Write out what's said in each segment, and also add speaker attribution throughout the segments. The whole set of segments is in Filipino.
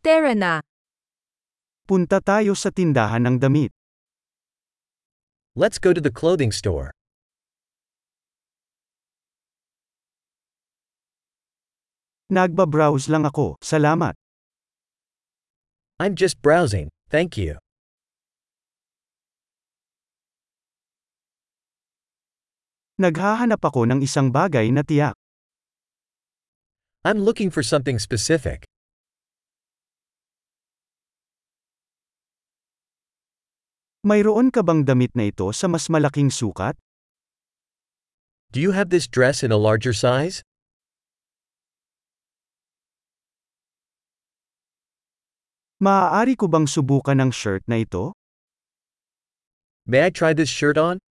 Speaker 1: Tara na.
Speaker 2: Punta tayo sa tindahan ng damit.
Speaker 3: Let's go to the clothing store.
Speaker 2: Nagbabrowse lang ako, salamat.
Speaker 3: I'm just browsing, thank you.
Speaker 2: Naghahanap ako ng isang bagay na tiyak.
Speaker 3: I'm looking for something specific.
Speaker 2: Mayroon ka bang damit na ito sa mas malaking sukat?
Speaker 3: Do you have this dress in a larger size?
Speaker 2: Maaari ko bang subukan ang shirt na ito?
Speaker 3: May I try this shirt on?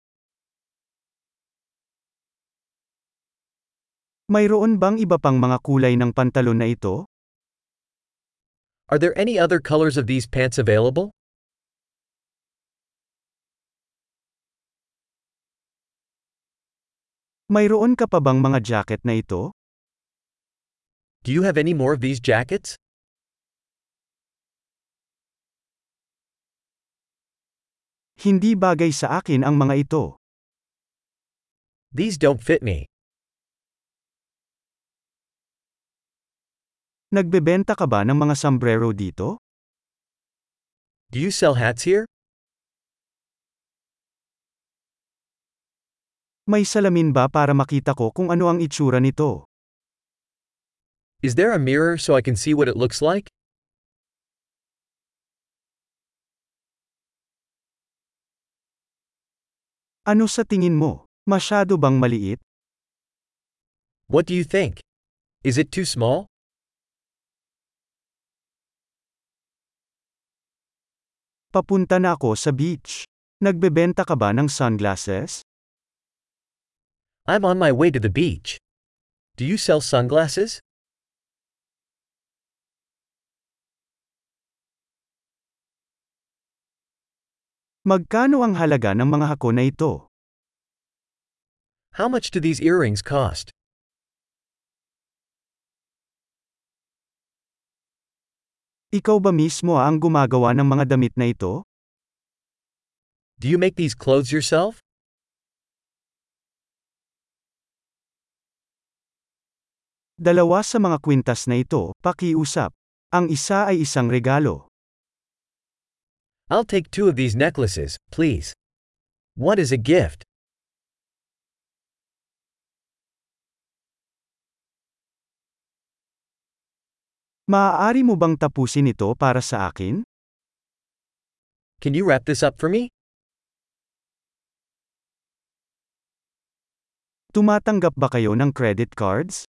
Speaker 2: Mayroon bang iba pang mga kulay ng pantalon na ito?
Speaker 3: Are there any other colors of these pants available?
Speaker 2: Mayroon ka pa bang mga jacket na ito?
Speaker 3: Do you have any more of these jackets?
Speaker 2: Hindi bagay sa akin ang mga ito.
Speaker 3: These don't fit me.
Speaker 2: Nagbebenta ka ba ng mga sombrero dito?
Speaker 3: Do you sell hats here?
Speaker 2: May salamin ba para makita ko kung ano ang itsura nito?
Speaker 3: Is there a mirror so I can see what it looks like?
Speaker 2: Ano sa tingin mo? Masyado bang maliit?
Speaker 3: What do you think? Is it too small?
Speaker 2: Papunta na ako sa beach. Nagbebenta ka ba ng sunglasses?
Speaker 3: I'm on my way to the beach. Do you sell sunglasses?
Speaker 2: Magkano ang halaga ng mga hako na ito?
Speaker 3: How much do these earrings cost?
Speaker 2: Ikaw ba mismo ang gumagawa ng mga damit na ito?
Speaker 3: Do you make these clothes yourself?
Speaker 2: Dalawa sa mga kwintas na ito, pakiusap. Ang isa ay isang regalo.
Speaker 3: I'll take two of these necklaces, please. What is a gift?
Speaker 2: Maaari mo bang tapusin ito para sa akin?
Speaker 3: Can you wrap this up for me?
Speaker 2: Tumatanggap ba kayo ng credit cards?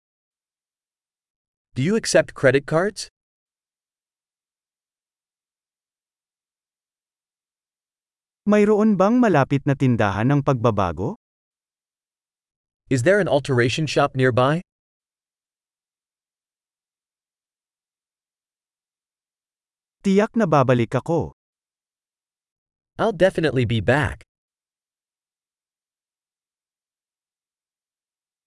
Speaker 3: Do you accept credit cards?
Speaker 2: Mayroon bang malapit na tindahan ng pagbabago?
Speaker 3: Is there an alteration shop nearby?
Speaker 2: Tiyak na babalik ako.
Speaker 3: I'll definitely be back.